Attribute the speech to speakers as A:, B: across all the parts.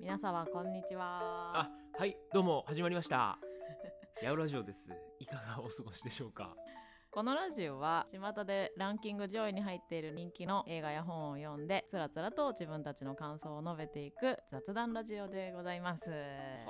A: 皆様こんにちは
B: あはいどうも始まり ましたヤウラジオですいかがお過ごしでしょうか
A: このラジオは巷でランキング上位に入っている人気の映画や本を読んでつらつらと自分たちの感想を述べていく雑談ラジオでございますは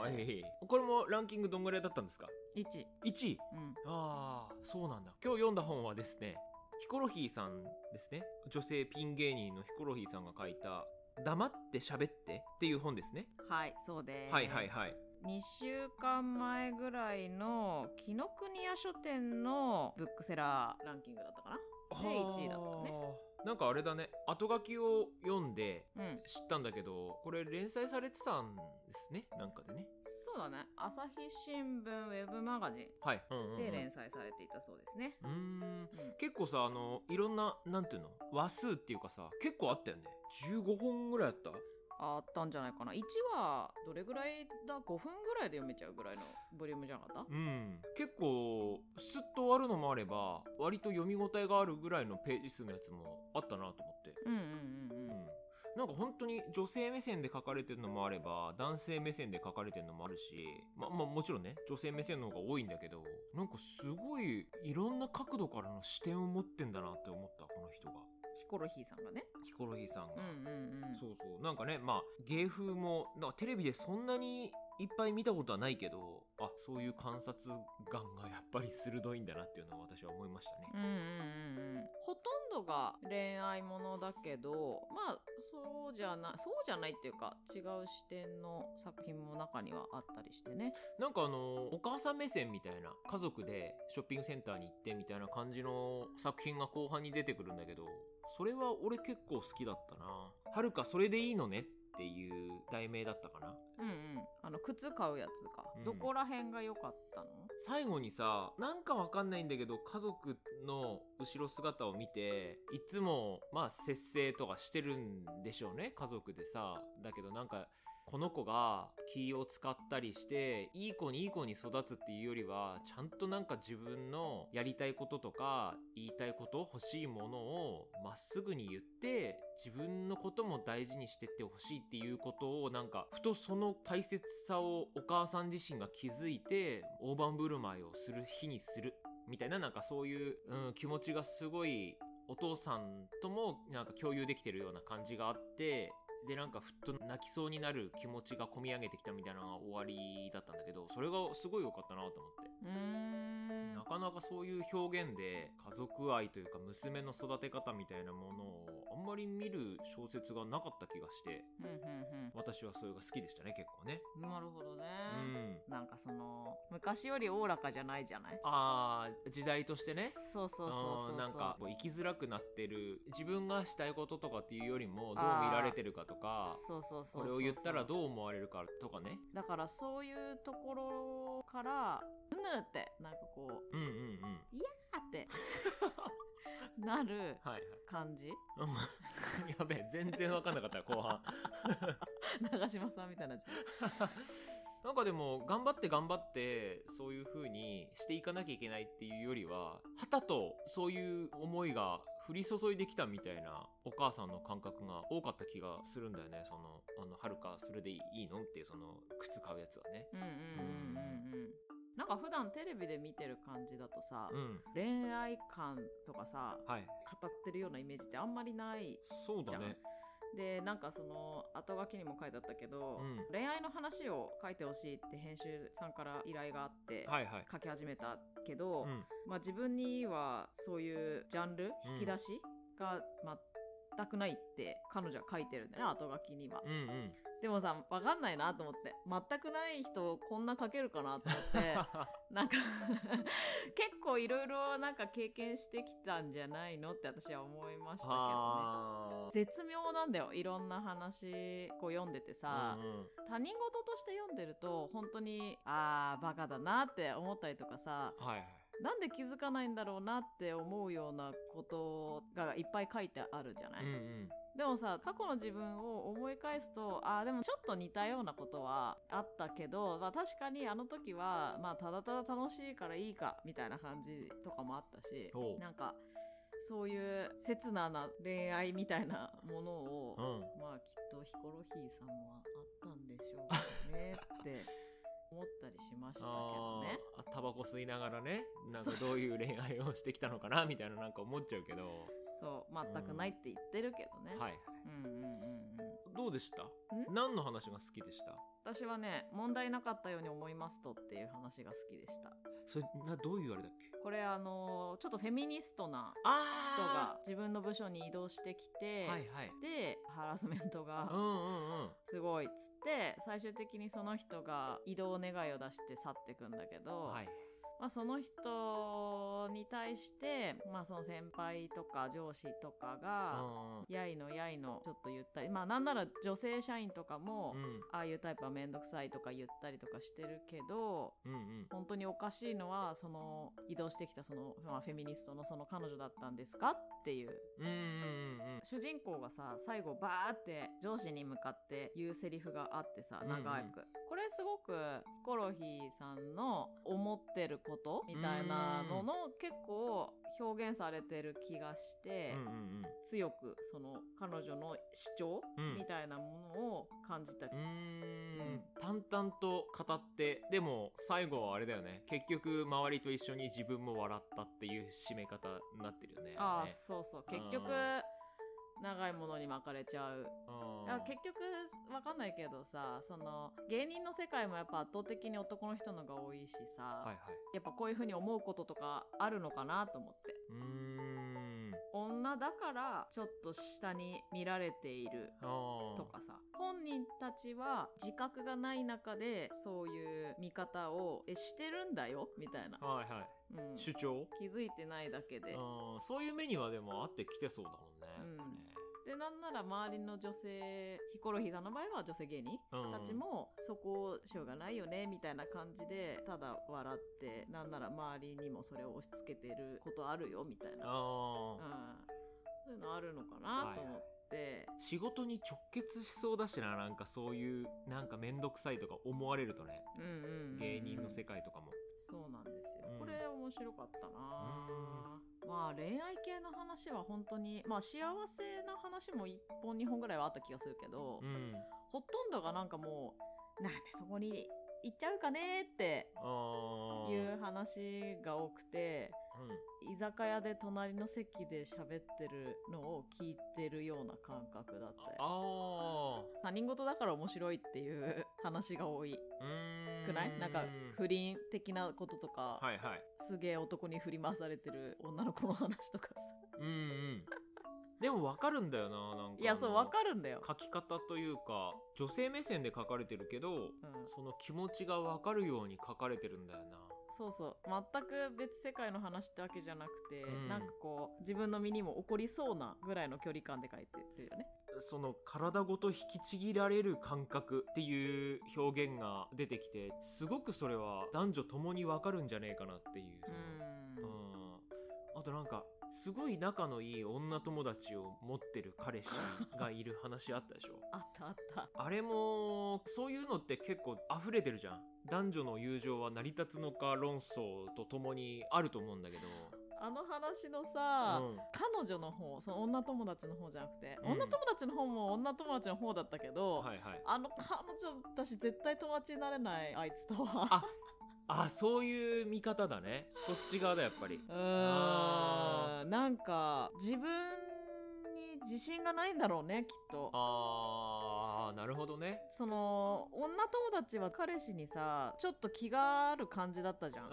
B: はいこれもランキングどんぐらいだったんですか
A: 1
B: 1位
A: うん
B: ああそうなんだ今日読んだ本はですねヒコロヒーさんですね女性ピン芸人のヒコロヒーさんが書いた黙って喋ってっていう本ですね
A: はいそうです
B: はいはいはい
A: 2週間前ぐらいの紀ノ国屋書店のブックセラーランキングだったかで一位だったのね
B: はあなんかあれだね後書きを読んで
A: なうん
B: 知ったんだけどこれ連載されてたんですねなんかでね
A: そうだね朝日新聞ウェブマガジ
B: はい、うんうんう
A: ン
B: ん
A: で連載されていたそうですね、
B: うーん
A: うん
B: 結構さあのいろんななんていうの話数っていうかさ結構あったよね15本ぐらいあった
A: あったんじゃないかな1話どれぐらいだ5分ぐらいで読めちゃうぐらいのボリュームじゃなかった
B: うん結構スッと終わるのもあれば割と読み応えがあるぐらいのページ数のやつもあったなと思って
A: うんうんうんう
B: う
A: ん
B: んなんか本当に女性目線で書かれてるのもあれば男性目線で書かれてるのもあるしままあもちろんね女性目線の方が多いんだけどなんかすごいいろんな角度からの視点を持ってんだなって思ったこの人が
A: ヒコロヒーさんがね
B: ヒコロヒーさん
A: う
B: が。
A: んうんうん
B: そうそうなんかねまあ芸風もなんかテレビでそんなにいっぱい見たことはないけどあそういう観察眼がやっぱり鋭いんだなっていうのは私は思いましたね。
A: うんうんうんうんほとんどが恋愛ものだけどまあそうじゃないそうじゃないっていうか違う視点の作品も中にはあったりしてね
B: なんかあのお母さん目線みたいな家族でショッピングセンターに行ってみたいな感じの作品が後半に出てくるんだけどそれは俺結構好きだったな。はるかそれでいいのねっていう題名だったかな。
A: うんうんあの靴買うやつか、
B: うん
A: どこら辺が良かったの
B: 最後にさなんかわかんないんだけど家族の後ろ姿を見ていつもまあ節制とかしてるんでしょうね家族でさだけどなんかこの子が気を使ったりしていい子にいい子に育つっていうよりはちゃんとなんか自分のやりたいこととか言いたいこと欲しいものをまっすぐに言って自分のことも大事にしてってほしいっていうことをなんかふとその大切さをお母さん自身が気づいて大盤振る舞いをする日にするみたいななんかそういう、うん、気持ちがすごいお父さんともなんか共有できてるような感じがあってでなんかふっと泣きそうになる気持ちが込み上げてきたみたいなのが終わりだったんだけどそれがすごい良かったなと思って。
A: うーん
B: なかなかそういう表現で家族愛というか娘の育て方みたいなものをあんまり見る小説がなかった気がして
A: うんうん
B: 私はそれが好きでしたね結構ね。
A: うんなるほどね
B: う、ん、
A: なんかその昔よりおおらかじゃないじゃない
B: あー時代としてね
A: そうそうそうそう
B: う
A: そうん
B: なんかもう生きづらくなってる自分がしたいこととかっていうよりもどう見られてるかとか
A: そうそうそうそう
B: これを言ったらどう思われるかとかね。
A: だからそういうところから「うぬ」ってなんかこう
B: うんうんうん。
A: 「あ」って なる
B: はいはい
A: 感じ
B: うん。 やべえ全然分かんなかった 後半。
A: 長嶋さんみたいなじゃん
B: なんかでも頑張って頑張ってそういう風にしていかなきゃいけないっていうよりははたとそういう思いが降り注いできたみたいなお母さんの感覚が多かった気がするんだよねその「あのはるかそれでいいの?」っていうその靴買うやつはね。
A: うんうんうんうんうんなんか普段テレビで見てる感じだとさ、
B: うん、
A: 恋愛感とかさ
B: はい
A: 語ってるようなイメージってあんまりない
B: そうだね。
A: でなんかその後書きにも書いてあったけど、
B: うん
A: 恋愛の話を書いてほしいって編集さんから依頼があって、
B: はいはい。
A: 書き始めたけど、
B: うん、
A: まあ、自分にはそういうジャンル
B: うん
A: 引き出しが全くないって彼女は書いてるんだよね後書きには。
B: うん うん。
A: でもさ分かんないなと思って全くない人こんな書けるかなと思って なんか 結構いろいろなんか経験してきたんじゃないのって私は思いましたけどね。
B: あ
A: 絶妙なんだよいろんな話こう読んでてさ、
B: ーうんうん
A: 他人事として読んでると本当にあーバカだなって思ったりとかさ
B: はいはい。
A: なんで気づかないんだろうなって思うようなことがいっぱい書いてあるじゃない、
B: うんうん。
A: でもさ過去の自分を思い返すとあーでもちょっと似たようなことはあったけど、まあ、確かにあの時は、まあ、ただただ楽しいからいいかみたいな感じとかもあったし
B: おう
A: なんかそういう刹那な恋愛みたいなものを、
B: うん
A: まあきっとヒコロヒーさんはあったんでしょうねって思ったりしましたけどね。
B: あーあタバコ吸いながらねなんか
A: そうそ
B: どういう恋愛をしてきたのかなみ たいななんか思っちゃうけど
A: そう全くないって言ってるけどね。
B: はい
A: うんうんうんうん。
B: どうでした
A: ん
B: 何の話が好きでした
A: 私はね問題なかったように思いますとっていう話が好きでした。
B: それなどういうあれだっけ
A: これあのーちょっとフェミニストな人が
B: あ
A: 自分の部署に移動してきて、
B: はいはい
A: でハラスメントが
B: うんうんうん
A: すごいっつって最終的にその人が移動願いを出して去ってくんだけど、
B: はい
A: まあ、その人に対して、まあ、その先輩とか上司とかが、やいのやいのちょっと言ったりまあなんなら女性社員とかも、
B: うんうん
A: ああいうタイプは面倒くさいとか言ったりとかしてるけど
B: うんうん
A: 本当におかしいのはその移動してきたその、まあ、フェミニストのその彼女だったんですかっていう
B: うんうんうんうん
A: 主人公がさ最後バーって上司に向かって言うセリフがあってさ
B: うんうん
A: 長く、これすごくヒコロヒーさんの思ってることみたいなのの結構表現されてる気がして、
B: うんうん
A: 強くその彼女の主張
B: うん
A: みたいなものを感じた、
B: うーん淡々と語ってでも最後はあれだよね結局周りと一緒に自分も笑ったっていう締め方になってるよね
A: ああ
B: れね
A: そうそう結局
B: あ
A: 長いものに巻かれちゃう
B: うん
A: あ結局わかんないけどさその芸人の世界もやっぱ圧倒的に男の人のが多いしさ、
B: はいはい
A: やっぱこういうふうに思うこととかあるのかなと思って
B: うーん
A: 女だからちょっと下に見られていると
B: と
A: かさ本人たちは自覚がない中でそういう見方をえしてるんだよみたいな、
B: はいはい、
A: うん、
B: 主張
A: 気づいてないだけで
B: うんそういう目にはでもあってきてそうだもんね。
A: でなんなら周りの女性ヒコロヒーさんの場合は女性芸人
B: うん
A: たちもそこをしょうがないよねみたいな感じでただ笑ってなんなら周りにもそれを押し付けてることあるよみたいな
B: あー
A: うんそういうのあるのかなと思って、
B: 仕事に直結しそうだしななんかそういうなんか面倒くさいとか思われるとね
A: うんうんうん
B: 芸人の世界とかも。
A: そうなんですよ、
B: うん
A: これ面白かったな、まあ恋愛系の話は本当にまあ幸せな話も1本2本ぐらいはあった気がするけど、
B: うん
A: ほとんどがなんかもうなんでそこに行っちゃうかねって
B: あー
A: いう話が多くて
B: うん
A: 居酒屋で隣の席で喋ってるのを聞いてるような感覚だったよ
B: あ
A: 他人事だから面白いっていう話が多い
B: ーうーん
A: くないなんか不倫的なこととか、
B: はいはい。
A: すげえ男に振り回されてる女の子の話とかさ
B: うんうん。でもわかるんだよななんか。
A: いやそうわかるんだよ、
B: 書き方というか女性目線で書かれてるけど
A: うん、
B: その気持ちがわかるように書かれてるんだよな。
A: そうそう全く別世界の話ってわけじゃなくて、
B: うん
A: なんかこう自分の身にも起こりそうなぐらいの距離感で書いてるよね
B: その体ごと引きちぎられる感覚っていう表現が出てきてすごくそれは男女ともに分かるんじゃねえかなっていうその、
A: うん
B: うんあとなんかすごい仲のいい女友達を持ってる彼氏がいる話あったでしょ
A: あったあった
B: あれもそういうのって結構溢れてるじゃん男女の友情は成り立つのか論争とともにあると思うんだけど、
A: あの話の
B: う
A: さ、
B: ん、
A: 彼女の方その女友達の方じゃなくて、
B: うん
A: 女友達の方も女友達の方だったけど、
B: はいはい
A: あの彼女私絶対友達になれないあいつとは
B: ああそういう見方だねそっち側だやっぱ り
A: う
B: あ
A: ーんなんか自分に自信がないんだろうねきっと
B: あーなるほどね
A: その女友達は彼氏にさちょっと気がある感じだったじゃ
B: うん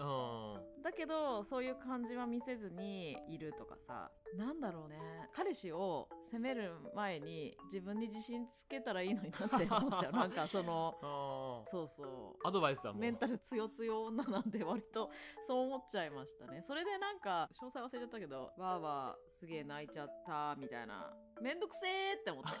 B: ん
A: だけどそういう感じは見せずにいるとかさなんだろうね彼氏を責める前に自分に自信つけたらいいのになって思 っちゃうなんかその
B: あ
A: そうそう
B: アドバイスだもん
A: メンタル強強女なんで割とそう思っちゃいましたねそれでなんか詳細忘れちゃったけどわーわーすげえ泣いちゃったみたいなめんどくせえって思 って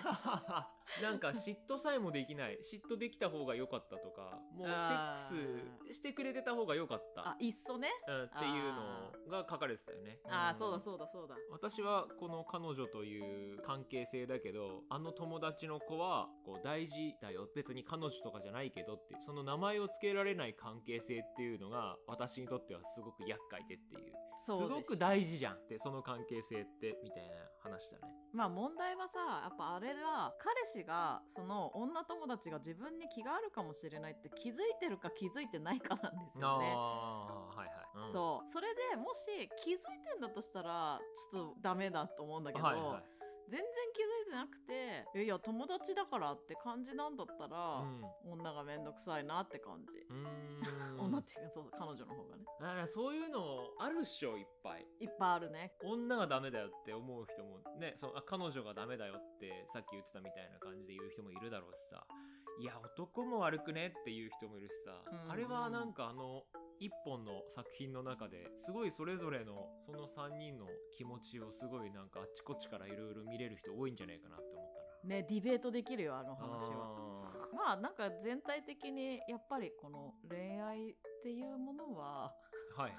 B: なんか嫉妬さえもできない嫉妬できた方が良かったとかもうセッ
A: あ
B: ク
A: ー
B: スしてくれてた方が良かった
A: あいっそね
B: うんうんっていうのが書かれてたよね。
A: ああ
B: ん
A: そうだそうだそうだ
B: 私はこの彼女という関係性だけどあの友達の子はこう大事だよ別に彼女とかじゃないけどっていうその名前を付けられない関係性っていうのが私にとってはすごく厄介でっていう
A: そうですした
B: ごく大事じゃんってその関係性ってみたいな話だね
A: まあ問題はさやっぱあれは彼氏がその女友達が自分に気があるかもしれないって気づいてるか気づいてないかなんですよね。
B: ああはいはい、うん
A: そうそれでもし気づいてんだとしたらちょっとダメだと思うんだけど、
B: はいはい
A: 全然気づいてなくていやいや友達だからって感じなんだったら、女がめんどくさいなって感じ、
B: うんうー ん
A: 女っていうかそうそう彼女の方がね
B: だからそういうのあるっしょいっぱい
A: いっぱいあるね
B: 女がダメだよって思う人もねそのあ彼女がダメだよってさっき言ってたみたいな感じで言う人もいるだろうしさいや男も悪くねっていう人もいるしさ、
A: うん
B: あれはなんかあの一本の作品の中ですごいそれぞれのその3人の気持ちをすごいなんかあっちこっちからいろいろ見れる人多いんじゃないかなって思った
A: ねディベートできるよあの
B: な
A: 話は。
B: あ
A: まあなんか全体的にやっぱりこの恋愛っていうものは
B: ーはい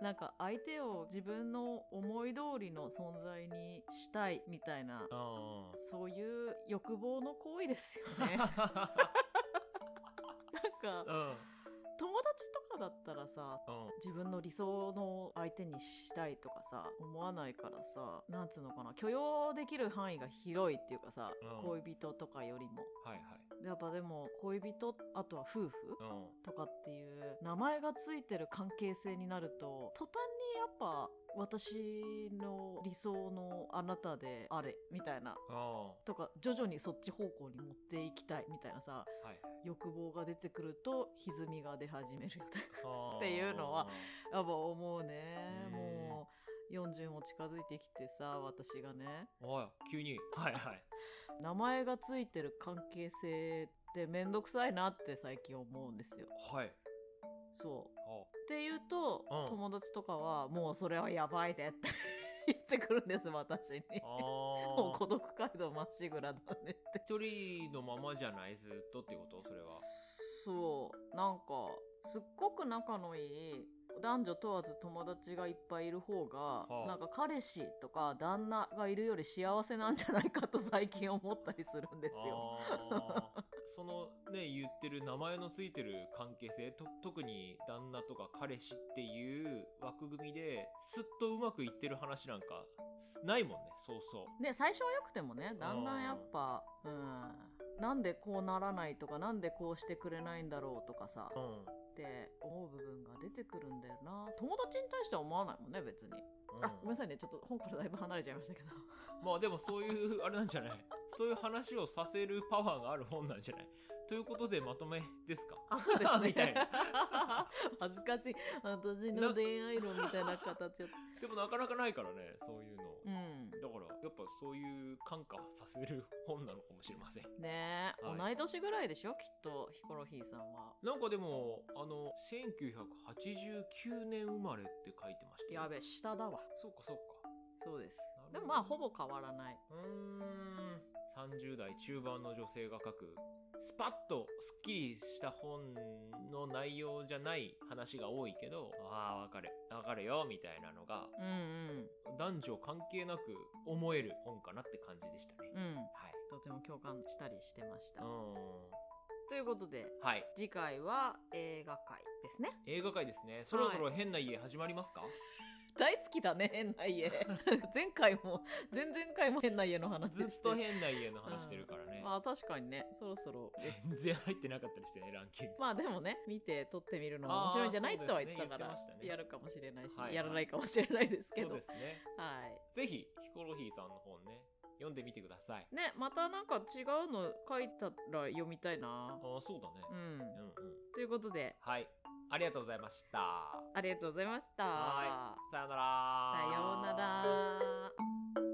A: なんか相手を自分の思い通りの存在にしたいみたいな
B: あ
A: そういう欲望の行為ですよ ね。なん
B: ー
A: か
B: うん
A: 友達とかだったらさ
B: うん
A: 自分の理想の相手にしたいとかさ思わないからさなんつうのかな許容できる範囲が広いっていうかさ、
B: うん
A: 恋人とかよりも
B: はいはい
A: やっぱでも恋人あとは夫婦、
B: うん
A: とかっていう名前がついてる関係性になると途端にやっぱ私の理想のあなたであれみたいな
B: あーは
A: とか徐々にそっち方向に持っていきたいみたいなさ
B: いはい
A: 欲望が出てくると歪みが出始めるよね
B: あー
A: っていうのは やっぱ思うね
B: うん
A: もう40も近づいてきてさ私がね
B: おい急にはいはい
A: 名前がついてる関係性ってめんどくさいなって最近思うんですよ
B: はい
A: そう
B: あ
A: って言うと、
B: うん
A: 友達とかはもうそれはやばいねって 言ってくるんです私に
B: あ
A: もう
B: ー
A: 孤独街道まっしぐらだねって
B: 一人のままじゃないずっとっていうことそれは
A: そうなんかすっごく仲のいい男女問わず友達がいっぱいいる方が、
B: あ
A: なんか彼氏とか旦那がいるより幸せなんじゃないかと最近思ったりするんですよ。
B: あー そのね言ってる名前のついてる関係性と特に旦那とか彼氏っていう枠組みですっとうまくいってる話なんかないもんねそうそう
A: で最初は良くてもねだんだんやっぱうんなんでこうならないとかなんでこうしてくれないんだろうとかさ、
B: うん
A: って思う部分が出てくるんだよな友達に対しては思わないもんね別に、あごめんなさいねちょっと本からだいぶ離れちゃいましたけど
B: まあでもそういうあれなんじゃないそういう話をさせるパワーがある本なんじゃないということでまとめですか
A: あそうですね
B: みたいな
A: 恥ずかしい私の恋愛論みたいな形を
B: でもなかなかないからねそういうの、
A: うん
B: だからやっぱそういう感化させる本なのかもしれません
A: ねえ、
B: はい
A: 同い年ぐらいでしょきっとヒコロヒーさんは
B: なんかでもあの1989年生まれって書いてましたよ
A: やべえ下だわ
B: そうかそうか
A: そうです
B: な
A: でも
B: るほど
A: まあほぼ変わらないう
B: ーん30代中盤の女性が書くスパッとすっきりした本の内容じゃない話が多いけどああわかるわかるよみたいなのが
A: うんうん
B: 男女関係なく思える本かなって感じでしたね、
A: うん
B: はい
A: とても共感したりしてました、
B: うー
A: ということで
B: んはい
A: 次回は映画界ですね
B: 映画界ですねそろそろ変な家始まりますか、
A: 大好きだね変な家前回も前々回も変な家の話
B: ず
A: して
B: っと変な家の話してるからね、
A: まあ確かにねそろそろ
B: 全然入ってなかったりしてねランキング
A: まあでもね見て撮ってみるのも面白いんじゃない
B: あー
A: とは言ってたから、
B: そうですね言って
A: やる
B: ましたね
A: かもしれないし、
B: はいはい
A: やらないかもしれないですけ
B: そう
A: ど
B: ですね
A: はい
B: ぜひヒコロヒーさんの本ね読んでみてください
A: ねまたなんか違うの書いたら読みたいな
B: あーそうだね
A: う、ん
B: うん、うん
A: ということで
B: はいありがとうございました
A: ありがとうございました
B: はさようなら
A: さようなら